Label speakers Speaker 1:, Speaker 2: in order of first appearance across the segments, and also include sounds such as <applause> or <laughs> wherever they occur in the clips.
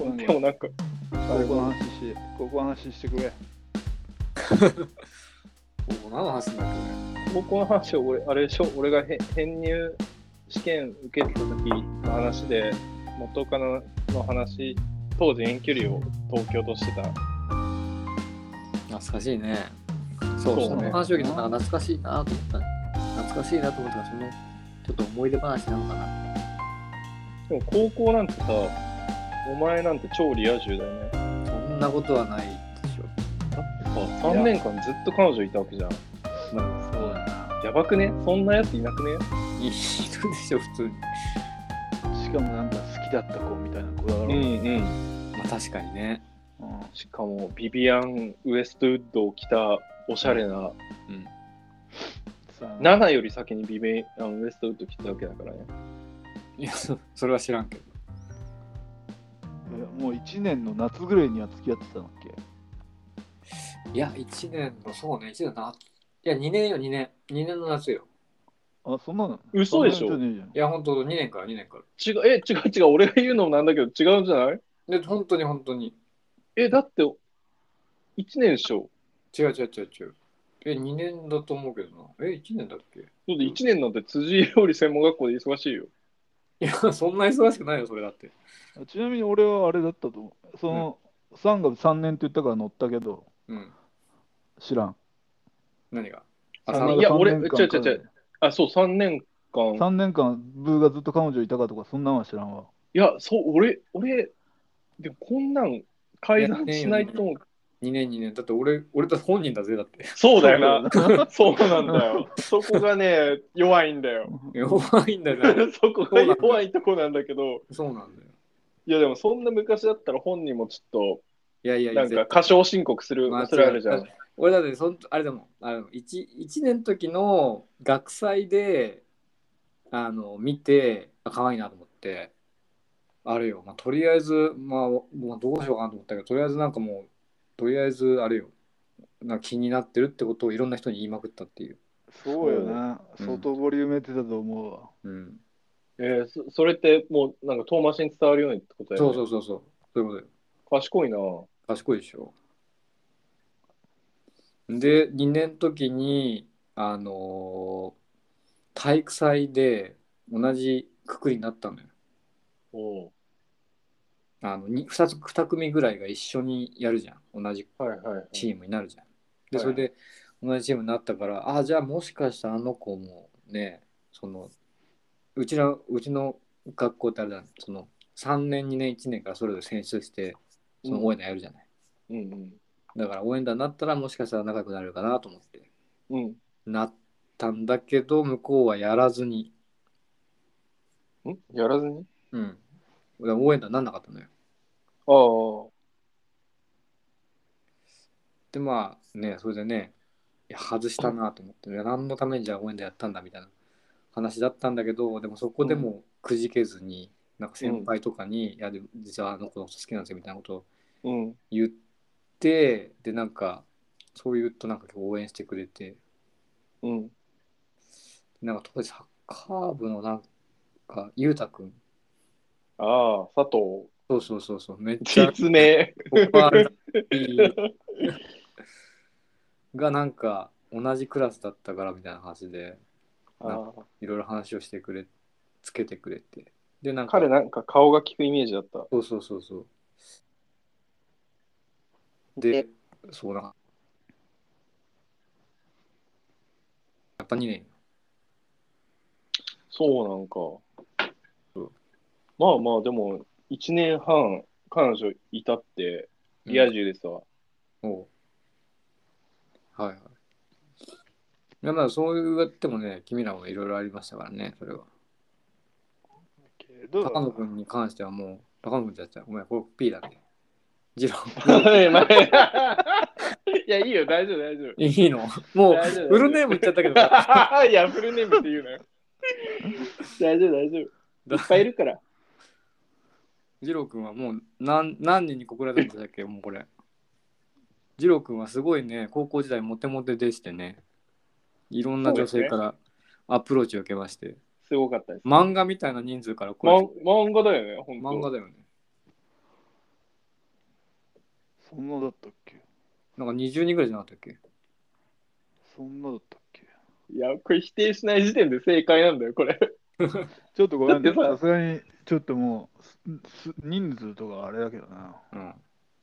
Speaker 1: うん
Speaker 2: でもなんか、
Speaker 1: 高校の話し、高校の話してくれ。
Speaker 3: お何の話すんだっけね
Speaker 2: 高校の話を俺、あれでしょ、俺がへ編入試験受けてた時の話で、元カノの話、当時遠距離を東京としてた。
Speaker 3: 懐かしいね
Speaker 2: そ
Speaker 3: そう
Speaker 2: うね
Speaker 3: その話を聞いてなんか懐かしいなと思った懐かしいなと思ったからそのちょっと思い出話なのかな
Speaker 2: でも高校なんてさ、お前なんて超リア充だよね。
Speaker 3: そんなことはないでしょ
Speaker 2: 3年間ずっと彼女いたわけじゃん。なんか
Speaker 3: そうだな
Speaker 2: やばくねそんなやついなくね
Speaker 3: いるでしょ普通に
Speaker 1: しかもなんか好きだった子みたいな子だろ。
Speaker 2: うん。
Speaker 3: まあ確かにね
Speaker 1: うん
Speaker 2: しかも、ビビアン・ウエストウッドを着たおしゃれな、
Speaker 3: うん
Speaker 1: さあ
Speaker 2: 7より先にビビアン・ウエストウッド着てたわけだからね。
Speaker 3: いやそそれは知らんけど
Speaker 1: えもう1年の夏ぐらいには付き合ってたんだっけ
Speaker 3: いや1年のそうね1年の夏いや2年よ2年2年の夏よ
Speaker 1: あ、そんなの
Speaker 2: 嘘でしょ
Speaker 1: そんなんじゃね
Speaker 3: いや本当2年から2年か
Speaker 2: 違う、え、違う違う、俺が言うのもなんだけど違うんじゃない
Speaker 3: らで本当に本当に
Speaker 2: え、だって、1年でしょ。
Speaker 3: 違う違う違う違うえ2年だと思うけどなえ1年だっけ <laughs>
Speaker 2: そうで1年なんて辻料理専門学校で忙しいよ。
Speaker 3: いやそんな忙しくないよそれだって
Speaker 1: えじゃんちなみに俺はあれだったと思う。その、3月3年って言ったから乗ったけど、
Speaker 3: うん
Speaker 1: 知らん。
Speaker 3: 何が
Speaker 2: あ
Speaker 3: あ
Speaker 2: の
Speaker 3: の
Speaker 2: いや俺
Speaker 1: 3年間
Speaker 2: 違う違う違うあ、そう、3年間。
Speaker 1: 3年間、ブーがずっと彼女いたかとか、そんなんは知らんわ。
Speaker 2: いや、そう、俺、俺、でもこんなん改ざんしないと思う。
Speaker 3: 2年2年だって俺俺だって本人だぜだって <laughs>
Speaker 2: そうだよな。そうなんだよ。 <laughs> そこがね、弱いんだよ。
Speaker 3: 弱いんだよ
Speaker 2: <laughs> そこが弱いとこなんだけど、
Speaker 3: そうなんだよ
Speaker 2: いや、でもそんな昔だったら本人もちょ
Speaker 3: いやい
Speaker 2: っ
Speaker 3: や
Speaker 2: と、
Speaker 3: い
Speaker 2: な
Speaker 3: や
Speaker 2: んか過小申告する
Speaker 3: まあ
Speaker 2: 恐れあるじゃん
Speaker 3: 違う。俺だってそんあれでもあの 1, 一年の時の学祭であの見てあ可愛いなと思ってあれよ、まあ、とりあえず、まあ、まあどうしようかなと思ったけどとりあえずなんかもうとりあえずあれよなんか気になってるってことをいろんな人に言いまくったっていう、
Speaker 1: そうよな。
Speaker 3: うん
Speaker 1: 相当ボリュームやってたと思うわ。
Speaker 3: うん、
Speaker 2: えーそそれってもう、なんか遠回しに伝わるようにってことだよ
Speaker 3: そ
Speaker 2: ね
Speaker 3: うそうそうそうそういうことよ
Speaker 2: 賢いな。
Speaker 3: 賢いでしょで2年の時にあのー体育祭で同じくくりになったのよ
Speaker 2: おう
Speaker 3: あの 2, つ2組ぐらいが一緒にやるじゃん同じ
Speaker 2: はいはいはい。
Speaker 3: チームになるじゃん、で
Speaker 2: はい
Speaker 3: それで同じチームになったから、ああじゃあもしかしたらあの子もねそのうちのうちの学校ってあれだ、ね、その3年2年1年からそれぞれ選出してその応援団やるじゃない、
Speaker 2: うんうん。
Speaker 3: だから応援団になったらもしかしたら仲良くなれるかなと思って
Speaker 2: うん。
Speaker 3: なったんだけど向こうはやらずに、
Speaker 2: んやらずに
Speaker 3: うん、だから応援団になんなかったのよ
Speaker 2: ああ。
Speaker 3: でまあねそれでねいや外したなと思って、ね、何のためにじゃあ応援団やったんだみたいな話だったんだけどでもそこでもくじけずに、なんか先輩とかに「いやでも実はあの子のこと好きなんですよ」みたいなことを
Speaker 2: うん。
Speaker 3: 言ってでなんかそう言うとなんか応援してくれて
Speaker 2: うん。
Speaker 3: なんか当時サッカー部のなんか裕太君
Speaker 2: ああ、佐藤。
Speaker 3: そうそうそうそうめっちゃ
Speaker 2: 実
Speaker 3: <laughs>
Speaker 2: 名。
Speaker 3: 僕はがなんか同じクラスだったからみたいな話で
Speaker 2: ああ
Speaker 3: いろいろ話をしてくれつけてくれてでなんか
Speaker 2: 彼なんか顔が効くイメージだった。
Speaker 3: そうそうそうそうでそうなんかやっぱ2年
Speaker 2: そうなんか
Speaker 3: うん。
Speaker 2: まあまあ、でも、1年半、彼女いたって、リア充です
Speaker 3: <laughs>
Speaker 2: わ。
Speaker 3: おうはいはいいやまあそうやってもね君らもいろいろありましたからねそれは
Speaker 1: けど、
Speaker 3: 高野君に関してはもう、高野君じゃった。ごめん、これ P だね。ジロー。
Speaker 2: いや、いいよ、大丈夫、大丈夫。
Speaker 3: い <laughs> いのもう、
Speaker 2: 大丈夫
Speaker 3: フルネーム言っちゃったけど、 <laughs>
Speaker 2: いや、フルネームって言うなよ。大丈夫、大丈夫。いっぱいいるから。
Speaker 3: ジロー君はもう何何人に告られたんだっけもうこれ。ジロー君はすごいね、高校時代モテモテでしてね、いろんな女性からアプローチを受けまして、
Speaker 2: すごかったです。
Speaker 3: 漫画みたいな人数から
Speaker 2: ま
Speaker 3: 声
Speaker 2: ん漫画だよね、ほん
Speaker 3: 漫画
Speaker 2: と。
Speaker 3: だよね。
Speaker 1: そんなだったっけ
Speaker 3: なんか20人ぐらいじゃなかったっけ
Speaker 1: そんなだったっけ
Speaker 2: いや、これ否定しない時点で正解なんだよ、これ。 <laughs>
Speaker 1: ちょっとごめんね。
Speaker 2: だってさ
Speaker 1: さすがに、ちょっともう、すす人数とかあれだけどな。
Speaker 3: う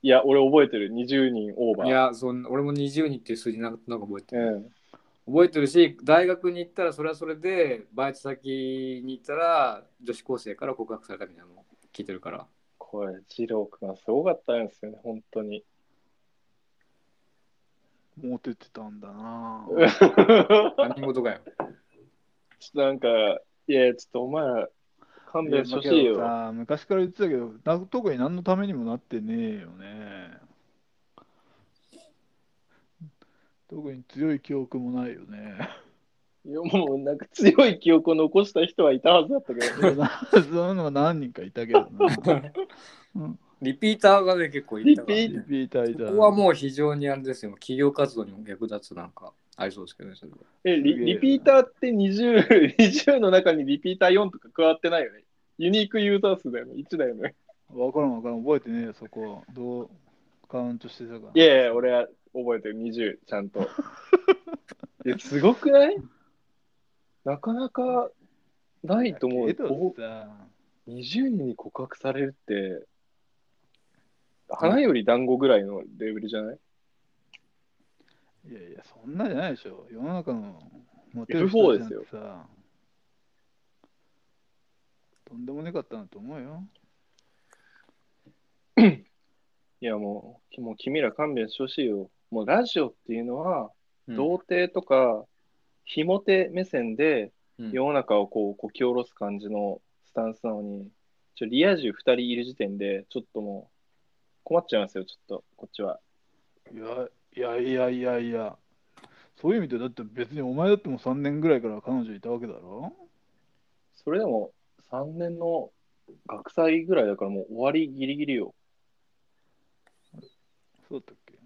Speaker 2: いや、俺覚えてる。20人オーバ
Speaker 3: ん。
Speaker 2: ー。
Speaker 3: いや、そん俺も20人っていう数字なんとなく覚えて
Speaker 2: う
Speaker 3: る。
Speaker 2: ん。
Speaker 3: 覚えてるし、大学に行ったらそれはそれで、バイト先に行ったら女子高生から告白されたみたいなのを聞いてるから。
Speaker 2: これ、二郎くんはすごかったんですよね、本当に。 <laughs>
Speaker 1: モテてたんだな。
Speaker 3: 何事かよ。
Speaker 2: ちょっとなんか、いや、ちょっとお前ら、勘
Speaker 1: いや
Speaker 2: 弁してほしい
Speaker 1: まあ
Speaker 2: よ。
Speaker 1: けどさ昔から言ってたけどな、特に何のためにもなってねえよね。特に強い記憶もないよね。
Speaker 2: <laughs> いや、もうなんか強い記憶を残した人はいたはずだったけど、
Speaker 1: そう <laughs> いうのが何人かいたけどな。うん
Speaker 3: リピーターがね、結構いたから、
Speaker 2: リ
Speaker 1: リ
Speaker 3: ね。
Speaker 1: ピーターいた
Speaker 3: ここはもう非常にあれですよ。企業活動にも役立つなんかありそうですけどね。それは
Speaker 2: えリリピーターって20、20の中にリピーター4とか加わってないよね。ユニークユーザー数だよね、1だよね。
Speaker 1: わからんわからん、覚えてねえよ、そこ。どうカウントしてたか。
Speaker 2: いやいや、俺は覚えてる、20、ちゃんと。いや、すごくないなかなかないと思う。
Speaker 1: けど
Speaker 2: お
Speaker 1: さ、
Speaker 2: 20人に告白されるって、花より団子ぐらいのレベルじゃない
Speaker 1: いやいや、そんなじゃないでしょ。世の中のモたちなんてさ。とんでもねかったなと思うよ。
Speaker 2: いやもう、きもう君ら勘弁してほしいよ。もうラジオっていうのは、
Speaker 3: うん
Speaker 2: 童貞とか、ひも手目線で
Speaker 3: うん
Speaker 2: 世の中をこうこき下ろす感じのスタンスなのに、ちょリア充2人いる時点で、ちょっともう困っちゃいますよ、ちょっと、こっちは。
Speaker 1: いやいやいやいやいや。そういう意味で、だって別にお前だってもう3年ぐらいから彼女いたわけだろ
Speaker 2: それでも3年の学祭ぐらいだからもう終わりギリギリよ。
Speaker 1: そうだったっけ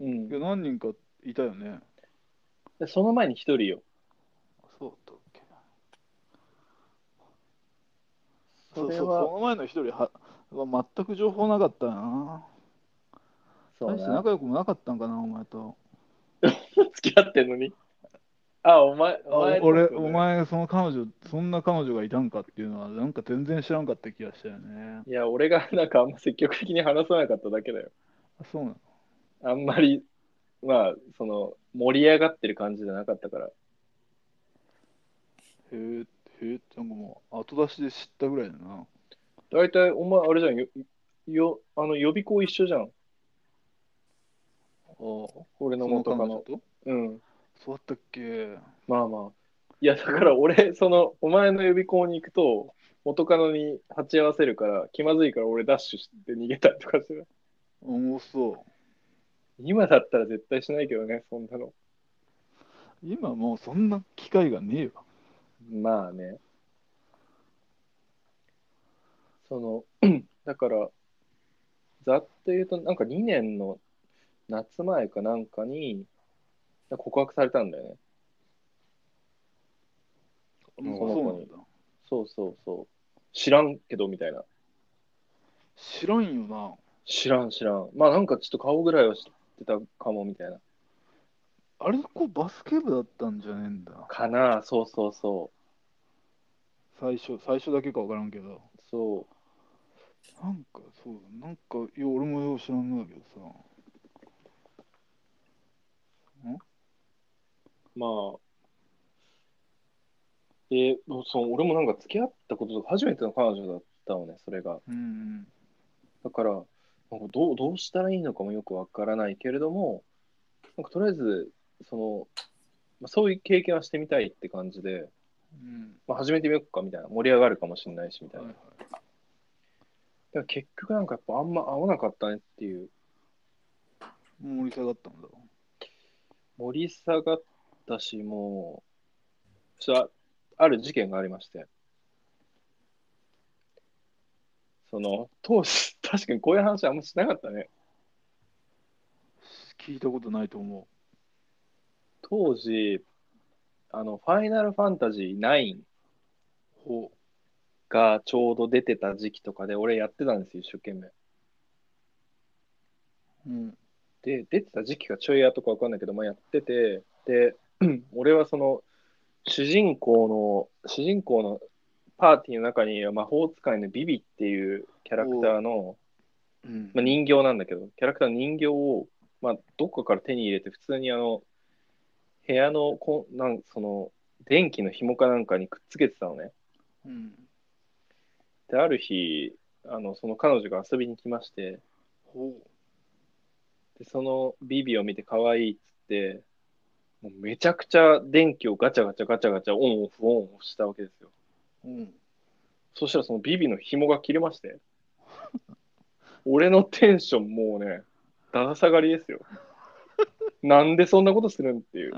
Speaker 2: うん
Speaker 1: いや、何人かいたよね。
Speaker 2: でその前に1人よ。
Speaker 1: そうだったっけ
Speaker 2: それ
Speaker 1: う
Speaker 2: は
Speaker 1: うその前の一人はは全く情報なかったな。
Speaker 2: そう
Speaker 1: 大して仲良くもなかったんかな、お前と。
Speaker 2: 付き合ってんのに。あ、お前、
Speaker 1: あ
Speaker 2: お前、
Speaker 1: 俺、お。前、その彼女、そんな彼女がいたんかっていうのは、なんか全然知らんかった気がしたよね。
Speaker 2: いや、俺がなんかあんま積極的に話さなかっただけだよ。
Speaker 1: あそうなの
Speaker 2: あんまり、まあ、その、盛り上がってる感じじゃなかったから。
Speaker 1: へえ、へえ、なんかもう、後出しで知ったぐらいだな。
Speaker 2: 大体、お前、あれじゃん、よ、よ、あの、予備校一緒じゃん。
Speaker 1: ああ、そ
Speaker 2: 俺の
Speaker 1: の
Speaker 2: 元
Speaker 1: 彼
Speaker 2: カ
Speaker 1: 女
Speaker 2: ノ。
Speaker 1: と
Speaker 2: うん。
Speaker 1: そうだったっけ
Speaker 2: まあまあ。いや、だから俺、その、お前の予備校に行くと、元カノに鉢合わせるから、気まずいから俺ダッシュして逃げたりとかしてる。
Speaker 1: おお、そう。
Speaker 2: 今だったら絶対しないけどね、そんなの。
Speaker 1: 今もうそんな機会がねえわ。
Speaker 2: まあね。その、 <clears throat> だから、ざっと言うと、なんか2年の夏前かなんかに、告白されたんだよね。
Speaker 1: もう
Speaker 2: そ
Speaker 1: そ
Speaker 2: の
Speaker 1: う
Speaker 2: 子
Speaker 1: なん
Speaker 2: に
Speaker 1: だ。
Speaker 2: そうそうそう。知らんけど、みたいな。
Speaker 1: 知らんよな。
Speaker 2: 知らん知らん。まあなんかちょっと顔ぐらいは知ってたかも、みたいな。
Speaker 1: あれ、ここバスケ部だったんじゃねえんだ。
Speaker 2: かなあそうそうそ
Speaker 1: 最初、最初だけか分からんけど。
Speaker 2: う。そ
Speaker 1: なんか、そうだ、なんか、いや、俺もよう知らんのだけどさ。
Speaker 2: う。まあ。で、そう俺もなんか付き合ったこととか初めての彼女だったのね、それが。
Speaker 1: うん
Speaker 2: だから、なんかどうどうしたらいいのかもよくわからないけれども、なんかとりあえず、その、まあ、そういう経験はしてみたいって感じ
Speaker 1: う
Speaker 2: で、
Speaker 1: ん。うん。
Speaker 2: まあ、始めてみようかみたいな、盛り上がるかもしれないしみたい
Speaker 1: はい
Speaker 2: な。
Speaker 1: はい。
Speaker 2: でも結局なんかやっぱあんま合わなかったねっていう、
Speaker 1: もう盛り下がったんだ。
Speaker 2: 盛り下がったし、もう、それはある事件がありまして、その、当時、 <laughs> 確かにこういう話あんましなかったね。
Speaker 1: 聞いたことないと思
Speaker 2: 当時、あの、ファイナルファンタジー9、
Speaker 1: う。ほ
Speaker 2: がちょうど出てた時期とかで、俺やってたんですよ、一生懸命。
Speaker 1: うん。
Speaker 2: で、出てた時期がちょいやとかわかんないけど、まあ、やってて、で、 <clears throat> 俺はその、主人公の、主人公のパーティーの中に魔法使いのビビっていうキャラクターの、
Speaker 1: うん
Speaker 2: まあ、人形なんだけど、キャラクターの人形を、まあ、どっかから手に入れて、普通にあの、部屋のこん、なんその、電気の紐かなんかにくっつけてたのね。
Speaker 1: うん。
Speaker 2: で、ある日、あの、その彼女が遊びに来まして、
Speaker 1: ほ
Speaker 2: で、そのビビを見て可愛いっつって、もうめちゃくちゃ電気をガチャガチャガチャガチャオンオフオンオフしたわけですよ。
Speaker 1: う。うん。
Speaker 2: そしたらそのビビの紐が切れまして、俺のテンションもうね、だだ下がりですよ。なんでそんなことするんっていう。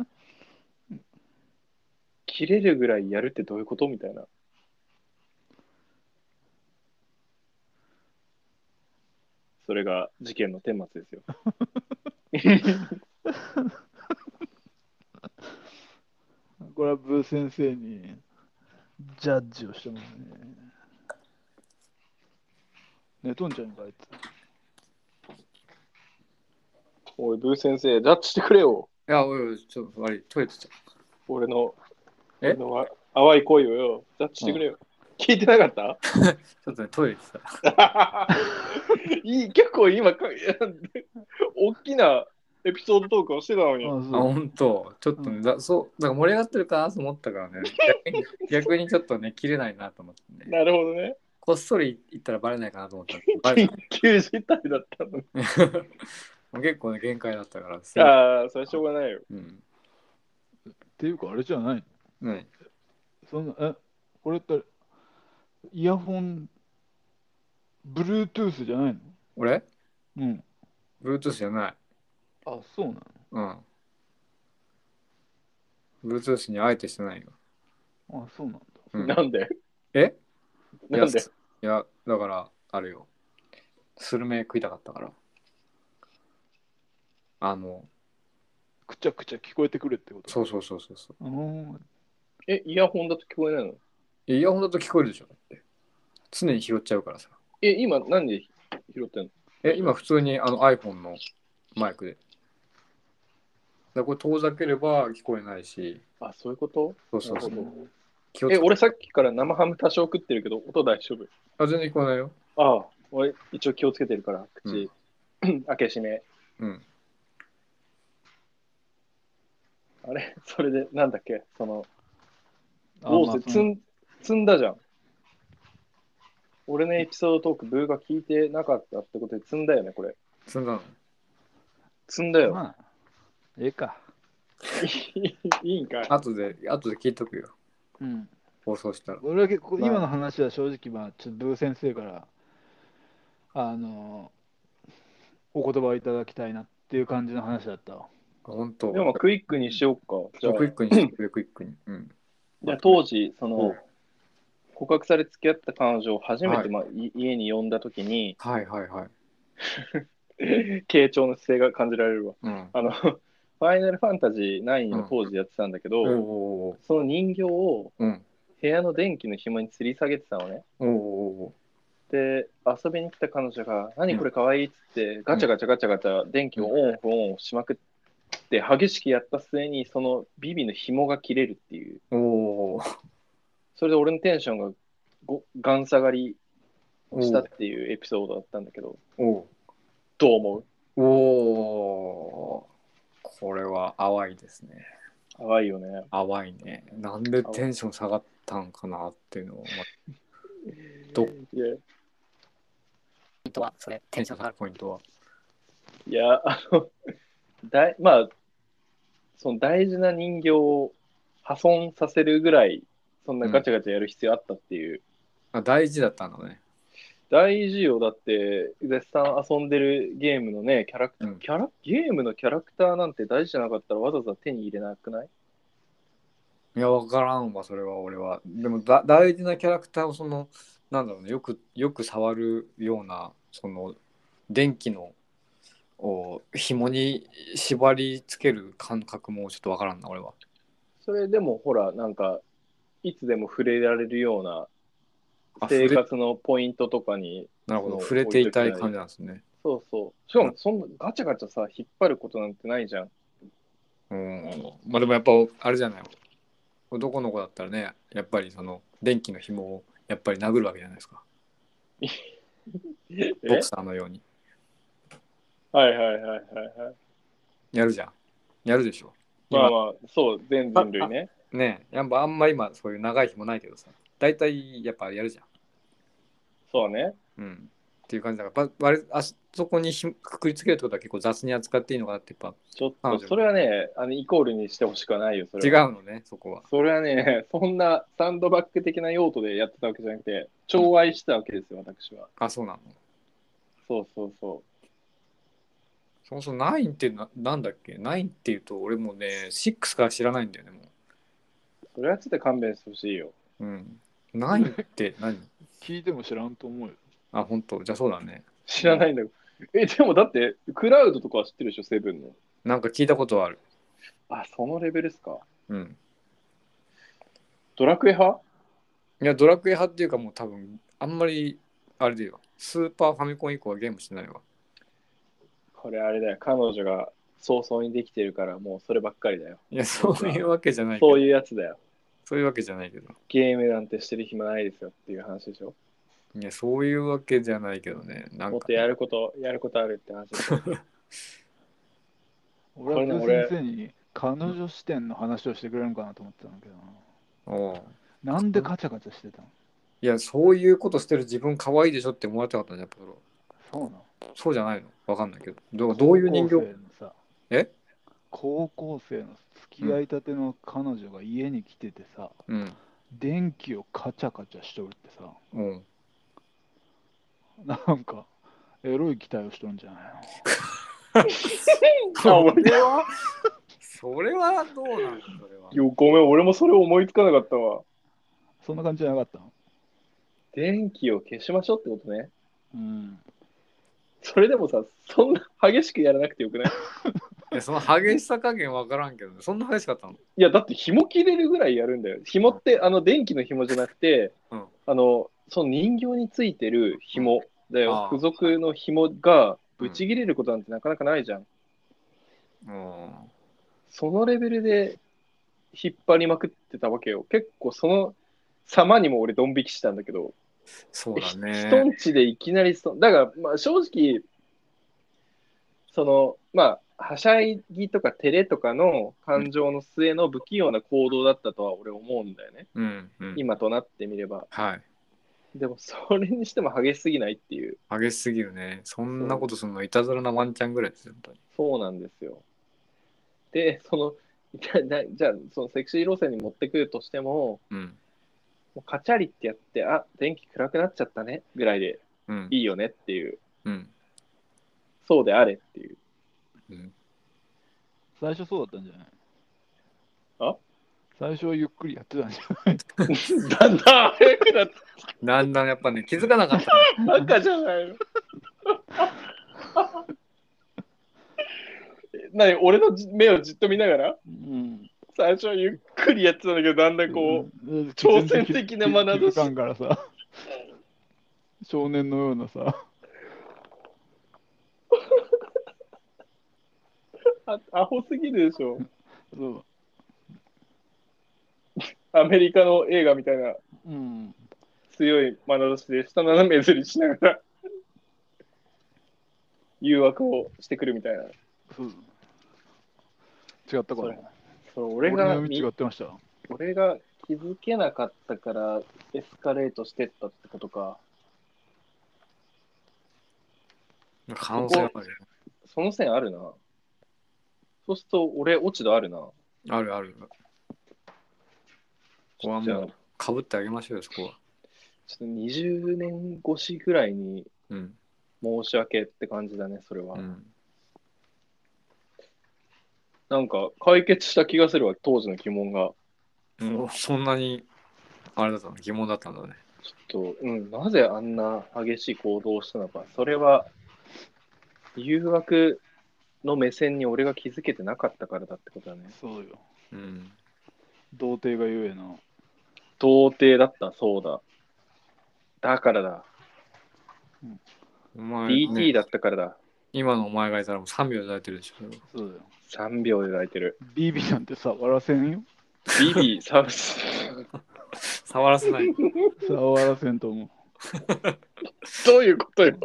Speaker 2: 切れるぐらいやるってどういうことみたいな。それが事件の顛末ですよ。
Speaker 1: これはブー先生にジャッジをしてますね。寝とんじゃんか、あいつ。
Speaker 2: おい、ブー先生、ジャッジしてくれよ。
Speaker 3: や、おいおい、ちょっと悪い、トイレ行ってきた。
Speaker 2: 俺の、
Speaker 3: え
Speaker 2: 俺のわ淡い恋をよ。ジャッジしてくれよ。聞いてなかった
Speaker 3: ちょっとね、トイレ行ってた。 <laughs>
Speaker 2: いい結構今か大きなエピソードトークをしてたのに、
Speaker 1: あ
Speaker 3: あ、
Speaker 1: そう
Speaker 3: ほんと、ちょっとね、だそう、だから盛り上がってるかなと思ったからね、逆に逆にちょっとね、切れないなと思ってね、
Speaker 2: なるほどね
Speaker 3: こっそり行ったらバレないかなと思ったんですけどバレた
Speaker 2: 緊急事態だったのに
Speaker 3: <laughs> もう結構ね、限界だったから、すぐ
Speaker 2: ああそれしょうがないよ
Speaker 3: うん。
Speaker 1: っていうか、あれじゃないの
Speaker 3: 何
Speaker 1: そんな、え、これって、イヤホン、Bluetooth じゃないの
Speaker 3: 俺
Speaker 1: うん。
Speaker 3: ?Bluetooth じゃない。
Speaker 1: あ、そうなの
Speaker 3: うん。Bluetooth にあえてしてないよ。
Speaker 1: あ、そうなんだ。
Speaker 3: うん
Speaker 2: なんで
Speaker 3: えいや
Speaker 2: なんで
Speaker 3: すいや、だから、あれよ。スルメ食いたかったから。あの、
Speaker 1: くちゃくちゃ聞こえてくるってこと
Speaker 3: そうそうそうそうそう。
Speaker 1: う。あー
Speaker 2: えイヤホンだと聞こえないの
Speaker 3: イヤホンだと聞こえるでしょだって常に拾っちゃうからさ。
Speaker 2: え今何で拾ってんの
Speaker 3: え、今普通にあの iPhone のマイクで。だからこれ遠ざければ聞こえないし、
Speaker 2: あそういうこと
Speaker 3: そうそうそ
Speaker 2: なる
Speaker 3: う。
Speaker 2: ほど
Speaker 3: 気をつ
Speaker 2: え
Speaker 3: け
Speaker 2: 俺さっきから生ハム多少食ってるけど音大丈夫
Speaker 3: あ、全然聞こえないよ。
Speaker 2: ああ俺一応気をつけてるから口、開け閉め
Speaker 3: うん。
Speaker 2: あれ <laughs> それでなんだっけその
Speaker 1: あ
Speaker 2: どう
Speaker 1: まあ
Speaker 2: せ
Speaker 1: その
Speaker 2: 積ん積んだじゃん。俺のエピソードトーク、ブーが聞いてなかったってことで積んだよね、これ。
Speaker 3: 積んだの。
Speaker 2: 積んだよ。
Speaker 1: まあ、ええか。
Speaker 2: <laughs> いいんかい。
Speaker 3: 後で、後で聞いとくよ。
Speaker 1: うん。
Speaker 3: 放送したら。
Speaker 1: 俺は結構、
Speaker 2: まあ
Speaker 1: 今の話は正直、まあ、ちょっとブー先生から、あのお言葉をいただきたいなっていう感じの話だったわ。
Speaker 3: 本当。
Speaker 2: でもクイックにしよっか。じゃあ
Speaker 3: クイックにしてくれ、クイックに。うん。
Speaker 2: じゃあ当時、そ
Speaker 3: うん
Speaker 2: の、告白され付き合った彼女を初め
Speaker 3: は
Speaker 2: て、
Speaker 3: い
Speaker 2: まあい家に呼んだときに、
Speaker 3: はいはいはい。
Speaker 2: 傾聴の姿勢が感じられるわ。
Speaker 3: うん。
Speaker 2: あの、 <laughs> ファイナルファンタジー9の当時やってたんだけど、
Speaker 3: おうおう
Speaker 2: その人形を
Speaker 3: おう。うん。
Speaker 2: 部屋の電気の紐に吊り下げてたのね。
Speaker 3: おうおうおう。
Speaker 2: で、遊びに来た彼女が、何これかわいいっつって、ガチャガチャガチャガチャ、電気をオンオフオンオフしまくって、激しくやった末に、そのビビの紐が切れるっていう。
Speaker 3: おうおう
Speaker 2: それで俺のテンションがごガン下がり
Speaker 3: おう
Speaker 2: したっていうエピソードだったんだけど、
Speaker 3: おう
Speaker 2: どう思う
Speaker 3: おおこれは淡いですね。
Speaker 2: 淡いよね。
Speaker 3: 淡いね。なんでテンション下がったんかなっていうのを。ど
Speaker 2: いや、
Speaker 3: ポイントは、それ、テンション下がるポイントは。
Speaker 2: いやあの、だいまあ、その大事な人形を破損させるぐらい、そんなガチャガチャやる必要あったっていう。
Speaker 3: あ大事だったのね。
Speaker 2: 大事よ。だって、絶賛遊んでるゲームのね、キャラクター、
Speaker 3: うん
Speaker 2: キャラ、ゲームのキャラクターなんて大事じゃなかったらわざわざ手に入れなくない
Speaker 3: いや、わからんわ、それは俺は。でもだ、大事なキャラクターを、その、なんだろうね、よく、よく触るような、その、電気の、を紐に縛り付ける感覚もちょっとわからんな、俺は。
Speaker 2: それでもほら、なんか、いつでも触れられるような
Speaker 3: あ
Speaker 2: 生
Speaker 3: 触れ
Speaker 2: 活のポイントとかに、
Speaker 3: なるほど、
Speaker 2: そう
Speaker 3: 触れていたい感じなんですね。
Speaker 2: そうそう。しかも、そんなガチャガチャさ、引っ張ることなんてないじゃん。
Speaker 3: うん。まあでもやっぱ、あれじゃない。男の子だったらね、やっぱりその、電気の紐をやっぱり殴るわけじゃないですか。
Speaker 2: え
Speaker 3: ボクサーのように。
Speaker 2: はいはいはいはいはい。
Speaker 3: やるじゃん。やるでしょ。
Speaker 2: まあまあ、そう、全人類ね。
Speaker 3: ねえ、やっぱあんま今そういう長い紐ないけどさ、大体やっぱやるじゃん。
Speaker 2: そうね。
Speaker 3: うん、っていう感じだからば割あそそこにひくくりつけるってことは結構雑に扱っていいのかなってやっ
Speaker 2: ちょっ
Speaker 3: あ
Speaker 2: と、それはね、あのイコールにしてほしくはないよ、そ
Speaker 3: ぱ
Speaker 2: れ
Speaker 3: 違う
Speaker 2: は。う。
Speaker 3: のねそこは
Speaker 2: それはね、 <laughs> そんなサンドバッグ的な用途でやってたわけじゃなくて、寵愛してたわけですよ、私は。
Speaker 3: あそうなの
Speaker 2: そうそうそ
Speaker 3: そもそもナインってななんだっけナインっていうと俺もね6から知らないんだよねも
Speaker 2: う。それはちょっと勘弁してほしいよ。
Speaker 3: ううんナインって
Speaker 2: <laughs>
Speaker 3: 何
Speaker 1: 聞いても知らんと思うよ。
Speaker 3: あ本当じゃあそうだね
Speaker 2: 知らないんだけど。え、でもだって、クラウドとかは知ってるでしょ、セブンの。
Speaker 3: なんか聞いたことはある
Speaker 2: あ、そのレベルですか。
Speaker 3: うん
Speaker 2: ドラクエ派
Speaker 3: いやドラクエ派っていうかもう多分あんまりあれだよスーパーファミコン以降はゲームしてないわ
Speaker 2: これあれだよ、彼女が早々にできてるから、もうそればっかりだよ。
Speaker 3: いやそういうわけじゃないけど
Speaker 2: そういうやつだよ。
Speaker 3: そういうわけじゃないけど
Speaker 2: ゲームなんてしてる暇ないですよっていう話でしょ。
Speaker 3: いやそういうわけじゃないけどねなんか
Speaker 2: もっとやること、やることあるって話で
Speaker 3: <laughs>
Speaker 2: しょ。
Speaker 1: 俺はブ
Speaker 2: これね
Speaker 1: ー先生に彼女視点の話をしてくれるのかなと思ってたんだけど
Speaker 3: おう
Speaker 1: な。なんでガチャガチャしてたの
Speaker 3: いや、そういうことしてる自分可愛いでしょって思われたかったんじゃん、やっぱ
Speaker 1: そうなの
Speaker 3: それそうじゃないのわかんないけど。どうどういう人
Speaker 1: 高校
Speaker 3: 形
Speaker 1: 生のさ
Speaker 3: え
Speaker 1: 高校生の付き合いたての彼女が家に来ててさ、
Speaker 3: うん。
Speaker 1: 電気をカチャカチャしとるってさ、
Speaker 3: うん。
Speaker 1: なんかエロい期待をしとるんじゃないの
Speaker 2: あ俺
Speaker 3: はそれはどうなのそれは。
Speaker 2: よごめん、俺もそれ思いつかなかったわ。
Speaker 1: そんな感じじゃなかったの
Speaker 2: 電気を消しましょうってことね。
Speaker 1: うん。
Speaker 2: それでもさ、そんな激しくやらなくてよくない
Speaker 3: いや、その激しさ加減わからんけどね。そんな激しかったの
Speaker 2: いや、だって紐切れるぐらいやるんだよ。紐って、あの、電気の紐じゃなくて、
Speaker 3: うん
Speaker 2: あの、その人形についてる紐だ
Speaker 3: ああ
Speaker 2: よ。付属の紐がぶち切れることなんてなかなかないじゃん。
Speaker 3: うん。
Speaker 2: そのレベルで引っ張りまくってたわけよ。結構その様にも俺ドン引きしたんだけど、
Speaker 3: そうだね。
Speaker 2: 人んちでいきなりそ、だからまあ正直、その、まあ、はしゃいぎとか照れとかの感情の末の不器用な行動だったとは俺思うんだよね。
Speaker 3: うん、うん。
Speaker 2: 今となってみれば。
Speaker 3: はい。
Speaker 2: でもそれにしても激しすぎないっていう。
Speaker 3: 激しすぎるね。そんなことするのいたずらなワンちゃんぐらいですよ、本当に。
Speaker 2: そうなんですよ。で、その、 <laughs> じゃなじゃあ、そのセクシー路線に持ってくるとしても、
Speaker 3: うん。
Speaker 2: もうカチャリってやって、あ、電気暗くなっちゃったねぐらいで
Speaker 3: うん。
Speaker 2: いいよねっていう、
Speaker 3: うん。
Speaker 2: そうであれっていう。
Speaker 3: うん。
Speaker 1: 最初そうだったんじゃない
Speaker 2: あ
Speaker 1: 最初はゆっくりやってたんじゃない
Speaker 2: だんだん早くなって、
Speaker 3: だんだんやっぱね、気づか
Speaker 2: <laughs>
Speaker 3: なかったね。
Speaker 2: 赤じゃないの。 <laughs> なに俺のじ目をじっと見ながら
Speaker 1: うん。
Speaker 2: 最初はゆっくりやってたんだけどだんだんこ
Speaker 1: うん、
Speaker 2: 挑戦的な眼差し
Speaker 1: 気づかんからさ、少年のようなさ、
Speaker 2: う、あアホすぎるでしょ
Speaker 1: そう。
Speaker 2: アメリカの映画みたいな
Speaker 1: うん。
Speaker 2: 強い眼差しで下斜めずりしながら <laughs> 誘惑をしてくるみたいな
Speaker 1: そう違ったか
Speaker 2: そ
Speaker 1: ら
Speaker 2: れ。そう
Speaker 1: 俺
Speaker 2: 俺
Speaker 1: の
Speaker 2: が
Speaker 1: 読み違ってました。
Speaker 2: 俺が気づけなかったからエスカレートしてったってことか
Speaker 3: 可能性はあるよ
Speaker 2: その線あるなそうすると俺落ち度あるな
Speaker 3: あるある。ここは
Speaker 2: じゃあ
Speaker 3: もう、かぶってあげましょうよ、そこは。
Speaker 2: ちょっと20年越しぐらいに
Speaker 3: うん。
Speaker 2: 申し訳って感じだねそれは、
Speaker 3: うん、
Speaker 2: なんか解決した気がするわ当時の疑問が
Speaker 3: もうそんなに、あれだったの、疑問だったんだね。
Speaker 2: ちょっと、うん、なぜあんな激しい行動をしたのかそれは誘惑の目線に俺が気づけてなかったからだってことだね
Speaker 1: そうよ。
Speaker 3: うん。
Speaker 1: 童貞がゆえの。
Speaker 2: 童貞だったそうだだからだ
Speaker 3: お前
Speaker 2: DT
Speaker 3: ね
Speaker 2: だったからだ。
Speaker 3: 今のお前がいたらもう3秒で抱いてるでしょ。
Speaker 1: そうだよ。
Speaker 2: 3秒で抱いてる。
Speaker 1: ビビなんてさ、触らせんよ。
Speaker 2: ビビ、サウス。
Speaker 3: 触らせない。
Speaker 1: 触らせんと <laughs> 思う。
Speaker 2: <laughs> どういうことよ。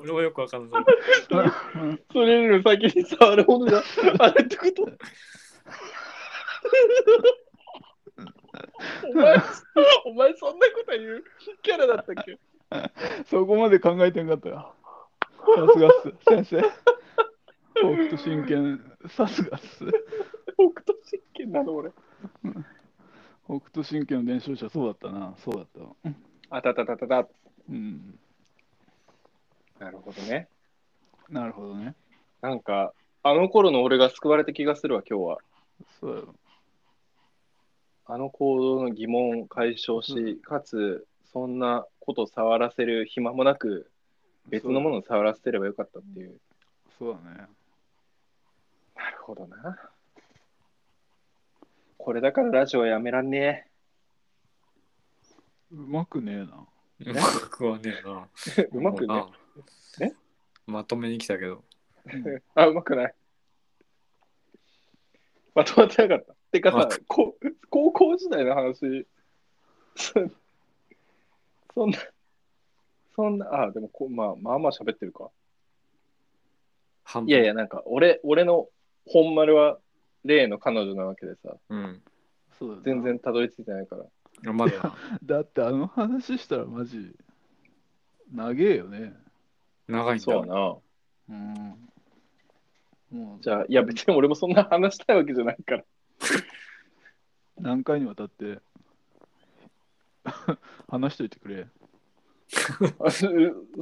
Speaker 3: 俺もよくわかんない。
Speaker 2: それよりも先に触るものがあれってことお前、お前そんなこと言うキャラだったっけ
Speaker 1: <laughs> そこまで考えてんかったよ。さすがっす、先生。北斗真剣、さすがっす。
Speaker 2: 北斗神拳なの俺。
Speaker 1: 北斗神拳の伝承者、そうだったな。そうだったわ。
Speaker 2: あたたたたた。
Speaker 1: うん。
Speaker 2: なるほどね。
Speaker 1: なるほどね。
Speaker 2: なんか、あの頃の俺が救われた気がするわ、今日は。
Speaker 1: そうだよ。
Speaker 2: あの行動の疑問を解消し、かつ、そんなこと触らせる暇もなく、別のものを触らせてればよかったっていう。
Speaker 1: そうだね。
Speaker 2: なるほどな。これだからラジオやめらんね
Speaker 1: うまくねえな。
Speaker 3: うまくはねえな。
Speaker 2: え。 <laughs> うまくね。え
Speaker 3: まとめに来たけど。
Speaker 1: うん
Speaker 2: あ、うまくない。まとまってなかった。てかさ
Speaker 3: あ、
Speaker 2: こ高校時代の話、そそんな、そんな、あ、でもこ、まあ、まあまあ喋ってるか。
Speaker 3: 半分
Speaker 2: いやい。や、なんか、俺、俺の本丸は、例の彼女なわけでさ、
Speaker 3: うん。
Speaker 1: そうだよな
Speaker 2: 全。然たどり着いてないから。
Speaker 3: まだな
Speaker 1: だってあの話したらマジ、長えよね。
Speaker 3: 長いんだ。
Speaker 2: そうな。
Speaker 1: うん。もう、
Speaker 2: じゃあ、いや、別に俺もそんな話したいわけじゃないから。
Speaker 1: 何回にわたって <laughs> 話しといてくれ。
Speaker 2: あ <laughs>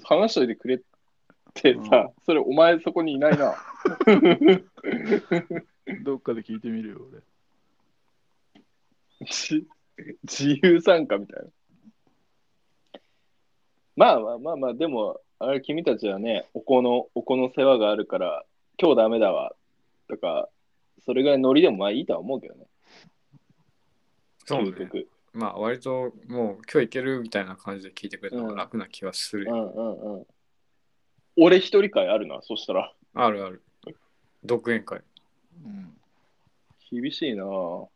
Speaker 2: 話しといてくれってさ、それお前そこにいない
Speaker 3: <laughs>
Speaker 2: な。
Speaker 1: どっかで聞いてみるよ、俺。
Speaker 2: じ自由参加みたいな。まあまあまあまあ、でも、あれ君たちはね、お子の、お子の世話があるから、今日ダメだわ、とか、それぐらいノリでもまあいいとは思うけどね。
Speaker 3: そう
Speaker 2: 究
Speaker 3: ね。
Speaker 2: 極
Speaker 3: まあ割ともう今日いけるみたいな感じで聞いてくれたのが楽な気はする
Speaker 2: う
Speaker 3: よ、
Speaker 2: んうんうん。俺一人会あるな、そしたら。
Speaker 3: あるある。独演会。
Speaker 1: うん。
Speaker 2: 厳しいなぁ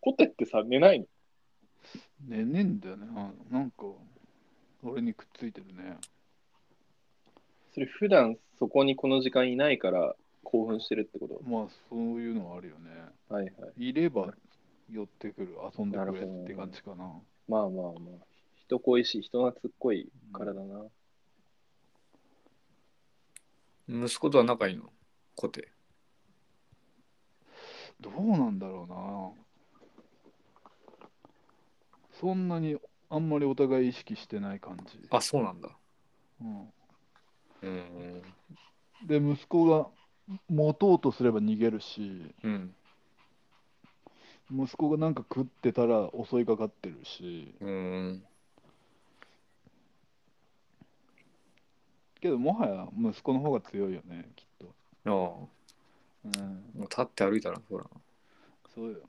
Speaker 2: コテってさ、寝ないの
Speaker 1: 寝ねえんだよね。あなんか、俺にくっついてるね。
Speaker 2: それ普段そこにこの時間いないから興奮してるってこと
Speaker 1: まあ、そういうのはあるよね。
Speaker 2: はいはい。
Speaker 1: いれば寄ってくる、遊んでくれって感じかな。
Speaker 2: まあまあまあ。人恋しい、人懐っこいからだな。
Speaker 3: 息子とは仲いいのコテ。
Speaker 1: どうなんだろうな。そんなにあんまりお互い意識してない感じ。
Speaker 3: あ、そうなんだ。
Speaker 1: うん、
Speaker 3: うん。
Speaker 1: で、息子が持とうとすれば逃げるし、
Speaker 3: うん。
Speaker 1: 息子がなんか食ってたら襲いかかってるし、
Speaker 3: うん。
Speaker 1: けどもはや息子の方が強いよね、きっと。
Speaker 3: ああ、も
Speaker 1: うん、
Speaker 3: う立って歩いたら、ほら、
Speaker 1: そうよ。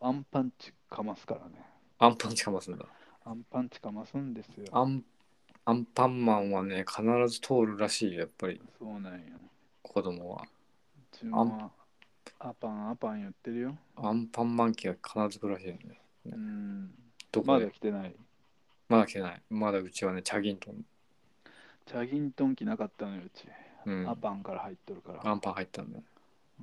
Speaker 1: アンパンチかますからね。
Speaker 3: アンパンチかますんだ。
Speaker 1: アンパンチかますんですよ。
Speaker 3: アン、アンパンマンはね、必ず通るらしいよ、やっぱり、
Speaker 1: そうなんよ。
Speaker 3: 子供は。
Speaker 1: 自分はアパンアパン言ってるよ。
Speaker 3: アンパンマン期は必ず来るらしいよね。
Speaker 1: うん。
Speaker 3: どこ
Speaker 1: ま
Speaker 3: で
Speaker 1: だ来てない。
Speaker 3: まだ来てない。まだうちはね、チャギントン。
Speaker 1: チャギントン機なかったのよ、うち。
Speaker 3: うん。
Speaker 1: アパンから入っとるから。
Speaker 3: アンパン入ったんだよ。
Speaker 1: う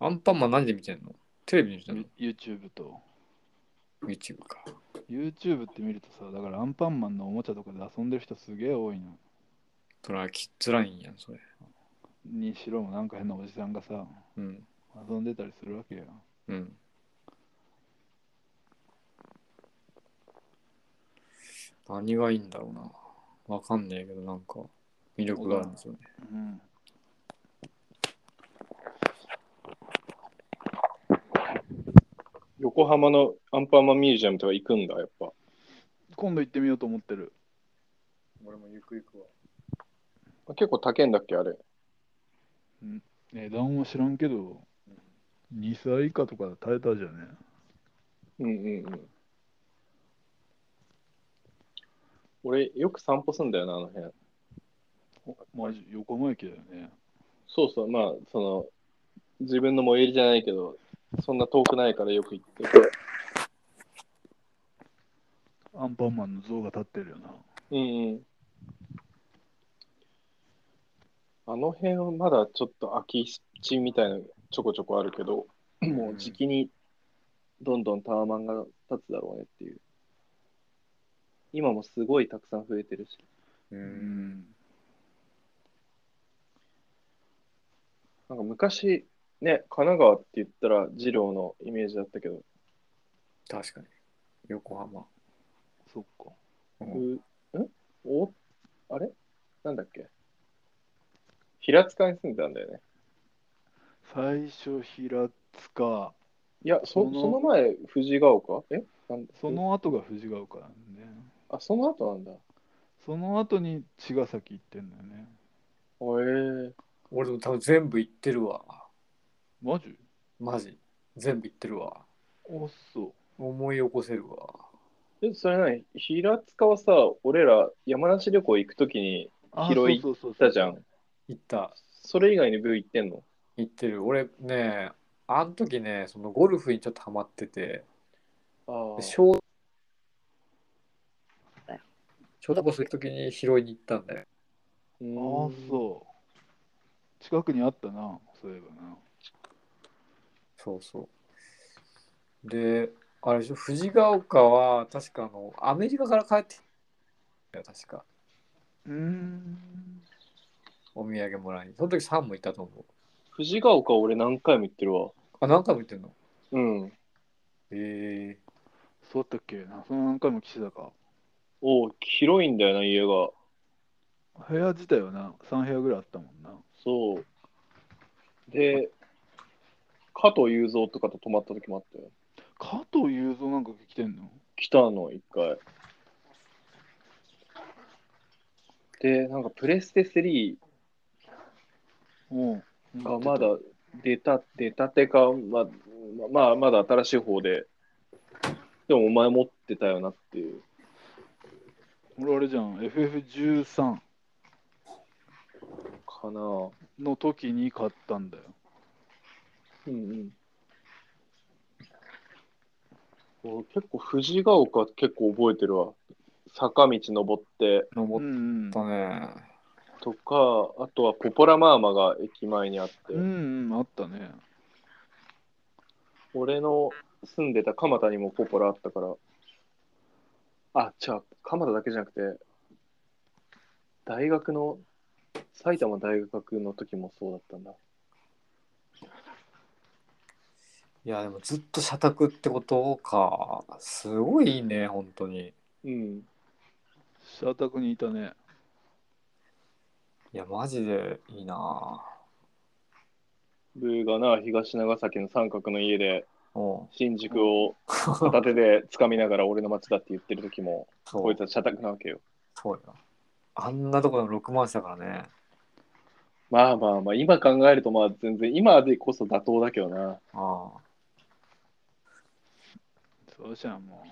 Speaker 3: アンパンマン何で見てんのテレビで見てんの
Speaker 1: ん、YouTube と。
Speaker 3: ?YouTube か。
Speaker 1: YouTube って見るとさ、だからアンパンマンのおもちゃとかで遊んでる人すげえ多いの。
Speaker 3: それはキッズラインやん、それ。
Speaker 1: にしろもなんか変なおじさんがさ、
Speaker 3: うん。
Speaker 1: 遊んでたりするわけよ。
Speaker 3: うん。何がいいんだろうな。わかんねえけど、なんか、魅力があるんですよね。
Speaker 1: うん。
Speaker 2: 横浜のアンパンマンミュージアムとか行くんだ、やっぱ。
Speaker 1: 今度行ってみようと思ってる。
Speaker 3: 俺もゆくゆくは。
Speaker 2: 結構高いんだっけ、あれ。
Speaker 1: 値段は知らんけど、2歳以下とか耐えたじゃね。
Speaker 2: うんうんうん。俺、よく散歩すんだよな、あの辺。
Speaker 1: おまじ横浜駅だよね。
Speaker 2: そうそう、まあ、その、自分の最寄りじゃないけど、そんな遠くないからよく行ってて。
Speaker 1: アンパンマンの像が立ってるよな。
Speaker 2: うんうん。あの辺はまだちょっと空き地みたいなのちょこちょこあるけど、もうじきにどんどんタワマンが立つだろうねっていう。今もすごいたくさん増えてるし。
Speaker 3: う。
Speaker 1: うん
Speaker 2: なんか昔、ね、神奈川って言ったら二郎のイメージだったけど、
Speaker 3: 確かに。横浜。
Speaker 1: そっか。
Speaker 3: うん
Speaker 2: うんおあれなんだっけ平塚に住んでたんだよね。
Speaker 1: 最初、平塚。
Speaker 2: いや、そ
Speaker 1: その
Speaker 2: その前、藤井が丘えなん
Speaker 1: その後が藤ヶ丘なんで、ね。
Speaker 2: あ、その後なんだ。
Speaker 1: その後に茅ヶ崎行ってんだよね。
Speaker 2: へえ
Speaker 3: 俺でも多分全部行ってるわ。
Speaker 1: マジ
Speaker 3: マジ。全部行ってるわ。
Speaker 1: おっそ
Speaker 3: 思い起こせるわ。
Speaker 2: え、それ何平塚はさ、俺ら山梨旅行行くときに
Speaker 1: う。
Speaker 2: 広い
Speaker 1: そうそう
Speaker 2: 行ったじゃん。。
Speaker 3: 行った。
Speaker 2: それ以外に部行ってんの
Speaker 3: 行ってる。俺ね、あの時ね、そのゴルフにちょっとハマってて、
Speaker 2: あ
Speaker 3: で小小学校する時に拾いに行ったんだよ。
Speaker 2: う
Speaker 1: あ
Speaker 2: ん
Speaker 1: あ、そう。近くにあったな、そういえばな。
Speaker 3: そうそう。で、あれでしょ、藤ヶ丘は確かあの、アメリカから帰ってきたよ確か。
Speaker 1: うーん。
Speaker 3: お土産もらいに。その時サンもいたと思う。
Speaker 2: 藤ヶ丘俺何回も行ってるわ。
Speaker 3: あ、何回も行ってんの
Speaker 2: うん。
Speaker 3: ええ
Speaker 1: そうだったっけな。その何回も岸だか。
Speaker 2: おう広いんだよな、家が。
Speaker 1: 部屋自体はな、3部屋ぐらいあったもんな。
Speaker 2: そう。で、加藤雄三とかと泊まった時もあったよ。
Speaker 1: 加藤雄三なんか来てんの
Speaker 2: 来たの、一回。で、なんかプレステ3
Speaker 1: うん。
Speaker 2: がまだ出た、出たてか、ま、まあ、まだ新しい方で、でもお前持ってたよなっていう。
Speaker 1: 俺あれじゃん、FF13
Speaker 2: かなぁ。
Speaker 1: の時に買ったんだよ。
Speaker 2: うんうん。お結構、藤ヶ丘結構覚えてるわ。坂道登って、
Speaker 1: う
Speaker 3: 登っ
Speaker 1: んうん。
Speaker 3: たね。
Speaker 2: とか、あとはポポラマーマが駅前にあって、
Speaker 1: うんうん、あったね。
Speaker 2: 俺の住んでた蒲田にもポポラあったから、あ、じゃあ、蒲田だけじゃなくて、大学の、埼玉大学の時もそうだったんだ。
Speaker 3: いや、でもずっと社宅ってことか。すごいいいね、本当に。
Speaker 2: う
Speaker 3: い
Speaker 2: ん。
Speaker 1: 社宅にいたね。
Speaker 3: や、マジでいいな
Speaker 2: ブーがな、東長崎の三角の家で、
Speaker 3: うん。
Speaker 2: 新宿を片手で掴みながら俺の街だって言ってる時も、
Speaker 3: そ
Speaker 2: こ
Speaker 3: う
Speaker 2: いつ。は社宅なわけよ。
Speaker 3: そうよ。あんなとこでも6万したからね。
Speaker 2: まあまあまあ、今考えるとまあ全然、今でこそ妥当だけどな。
Speaker 3: あ
Speaker 1: そうじゃん、もう。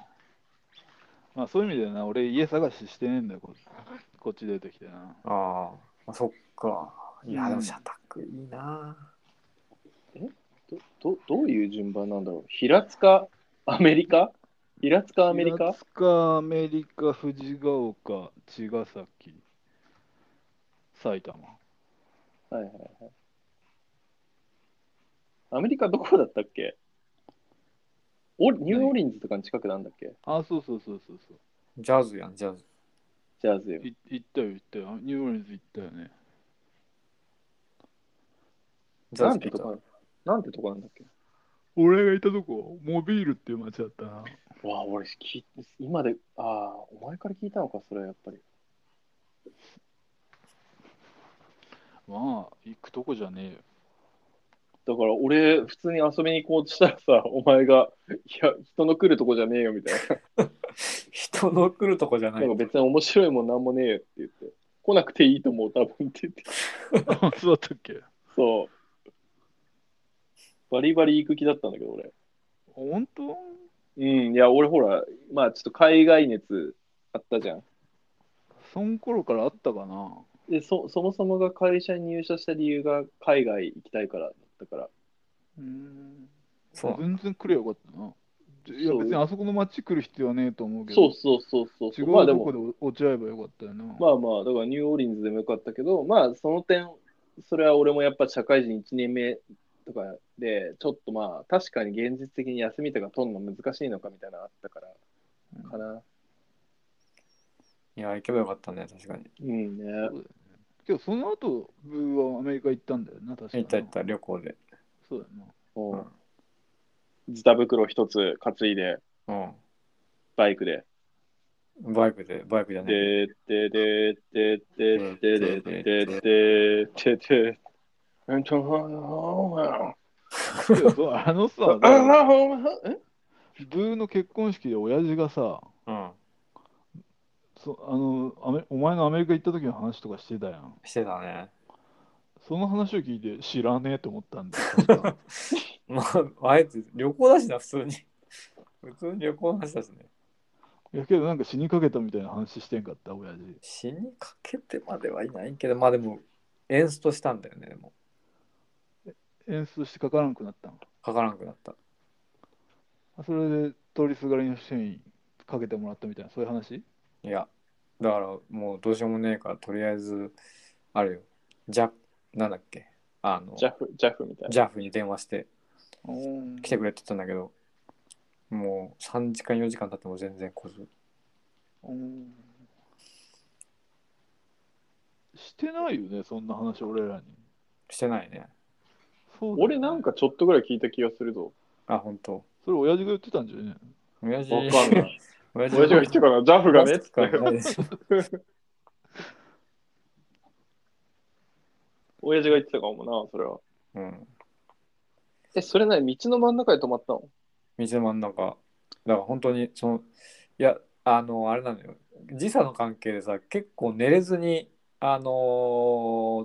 Speaker 1: まあそういう意味でな、俺家探ししてねえんだよ、ここっち出てきてな。
Speaker 3: あ。ああ。まあ、そっか。いや、
Speaker 1: うん
Speaker 3: でも社宅いいな
Speaker 2: どどどういう順番なんだろう平塚、アメリカ平塚、アメリ
Speaker 1: 平
Speaker 2: カ
Speaker 1: 塚、アメリカ、藤ヶ丘、茅ヶ崎、埼玉。
Speaker 2: はいはいはい。アメリカどこだったっけおニューオーリンズとかの近くなんだっけ
Speaker 1: あ、そうそうそうそうそう。
Speaker 3: ジャズやん、ジャズ。
Speaker 2: ジャズよ。
Speaker 1: い行ったよ、行ったよ。ニューオーリンズ行ったよね。
Speaker 3: ジャ
Speaker 2: な
Speaker 3: ズ
Speaker 2: ん
Speaker 3: 聞
Speaker 2: て
Speaker 3: い
Speaker 2: と
Speaker 3: た
Speaker 2: こなんてとこなんだっけ
Speaker 1: 俺がいたとこ、モビールっていう街だったな。
Speaker 2: わあ、俺聞い、今で、ああ、お前から聞いたのか、それはやっぱり。
Speaker 1: まあ、行くとこじゃねえよ。
Speaker 2: だから俺、普通に遊びに行こうとしたらさ、お前が、いや、人の来るとこじゃねえよみたい
Speaker 3: 人の来るとこじゃ
Speaker 2: な。
Speaker 3: な
Speaker 2: ないんか。別に面白いもんなんもねえよって言って、来なくていいと思う、多分って言って。
Speaker 1: あ <laughs> そうだったっけ
Speaker 2: そう。バリバリ行く気だったんだけど、俺。
Speaker 1: 本当
Speaker 2: うん、いや、俺ほら、まあちょっと海外熱あったじゃん。
Speaker 1: その頃からあったかな
Speaker 2: で、そそもそもが会社に入社した理由が海外行きたいからだったから。
Speaker 1: うーん
Speaker 3: そう
Speaker 1: 全然来ればよかったな。いや
Speaker 2: そう
Speaker 1: 別にあそこの町来る必要はねえと思うけ
Speaker 2: そう
Speaker 1: ど、
Speaker 2: そうそうそうそう。
Speaker 1: 違
Speaker 2: まあ
Speaker 1: う
Speaker 2: で
Speaker 1: と
Speaker 2: も
Speaker 1: こ、で落ち合えばよかったよな。
Speaker 2: まあまあ、だからニューオーリンズでもよかったけど、まあその点、それは俺もやっぱ社会人1年目とかで、ちょっとまあ確かに現実的に休みとか取るの難しいのかみたいなのあったから、かな。
Speaker 3: いや、行けばよかったね、確かに。
Speaker 2: うんね。
Speaker 1: けどその後ブーはアメリカ行ったんだよな、確か
Speaker 3: 行
Speaker 1: に。
Speaker 3: った行った、旅行で。
Speaker 1: そうだよな。
Speaker 2: う
Speaker 3: うんん。
Speaker 2: ズタ袋一つ担いで、バイクで。
Speaker 3: うん。バイクで、バイクじゃない。
Speaker 2: ででででででででででで。うんと
Speaker 1: いやそうあの
Speaker 2: <laughs>
Speaker 1: さ、
Speaker 2: え
Speaker 1: ブーの結婚式で親父がさ、
Speaker 3: うん。
Speaker 1: そあのアメお前のアメリカ行った時の話とかしてたやん。
Speaker 3: してたね。 <laughs>
Speaker 1: その話を聞いて知らねえと思ったんだよ。確か
Speaker 3: まあ、あえて旅行だしな、普通に。 <laughs> 普通に旅行の話だしね。
Speaker 1: いやけどなんか死にかけたみたいな話してんかった、親父。
Speaker 3: 死にかけてまではいないけど、まあでも、エンストしたんだよね、でも
Speaker 1: 演出してかからなくなったの。
Speaker 3: う。かからなくなった。
Speaker 1: それで通りすがりの人にかけてもらったみたいな、そういう話
Speaker 3: いや、だからもうどうしようもねえから、とりあえず、あれよ、ジャ、なんだっけ、あの、
Speaker 2: ジャフ、ジャフみたいな。
Speaker 3: ジャフに電話して来て
Speaker 1: う
Speaker 3: くれって言ったんだけど、もう3時間4時間経っても全然来ず。
Speaker 1: ん。してないよね、そんな話、俺らに。
Speaker 3: してないね。
Speaker 1: そうだよね
Speaker 2: 俺なんかちょっとぐらい聞いた気がするぞ。
Speaker 3: あ、本当。
Speaker 1: それ親父が言ってたんじゃね
Speaker 3: 親父、
Speaker 2: わかんない。親
Speaker 3: 親
Speaker 2: 父が言ってかな、ジャフがねっつって。親父が言ってたかもな、それは。
Speaker 3: うん。
Speaker 2: え、それなに道の真ん中で止まったの
Speaker 3: 道の真ん中。だから本当に、その、いや、あの、あれなのよ。時差の関係でさ、結構寝れずに、あの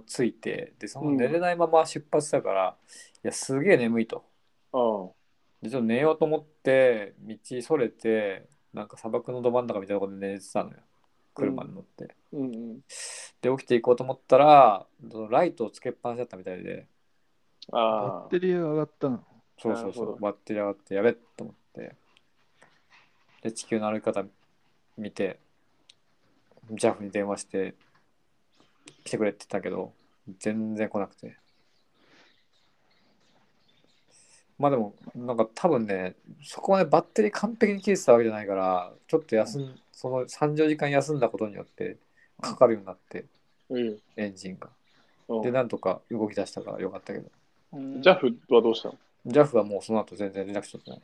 Speaker 3: ーついて、で、その寝れないまま出発したから、いや、すげえ眠いと。
Speaker 2: あ
Speaker 3: で、ちょっと寝ようと思って、道それて、なんか砂漠のど真ん中みたいなところで寝てたのよ。車に乗って。
Speaker 2: あ。うんうん。
Speaker 3: で、起きていこうと思ったら、そのライトをつけっぱなしだったみたいで、
Speaker 2: あ
Speaker 1: バッ
Speaker 2: あ。
Speaker 1: テリーが上がったの。
Speaker 3: そうそう
Speaker 2: な
Speaker 3: そ
Speaker 2: るほど
Speaker 3: う、バッテリー上がって、やべっと思って。で、地球の歩き方見て、ジャフに電話して、来てくれって言ったけど、全然来なくて。まあでも、なんか多分ね、そこまでバッテリー完璧に切れてたわけじゃないから、ちょっと休ん、その3、4時間休んだことによって、かかるようになって、
Speaker 2: うん。
Speaker 3: エンジンが。
Speaker 2: うん
Speaker 3: で、なんとか動き出したからよかったけど、
Speaker 2: ジャフはどうしたの
Speaker 3: ジャフはもうその後全然連絡しとってない。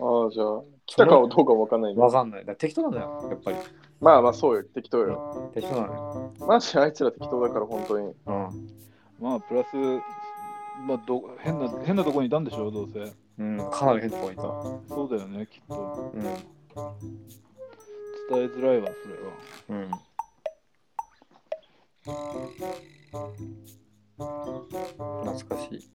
Speaker 2: ああ、じゃあ、来たかはどうかわかんないね。
Speaker 3: わかんない。だから適当なのよ、やっぱり。
Speaker 2: まあまあ、そうよ、適当よ。
Speaker 3: 適当なのよ。
Speaker 2: マジあいつら適当だから、本当に。
Speaker 1: まあ、プラス、まあど変な、変なとこにいたんでしょ、どうせ。
Speaker 3: うん。うん、かなり変なとこにいた。
Speaker 1: そうだよね、きっと。
Speaker 3: う
Speaker 1: 伝えづらいわ、それは。
Speaker 3: ん。うん。懐かしい。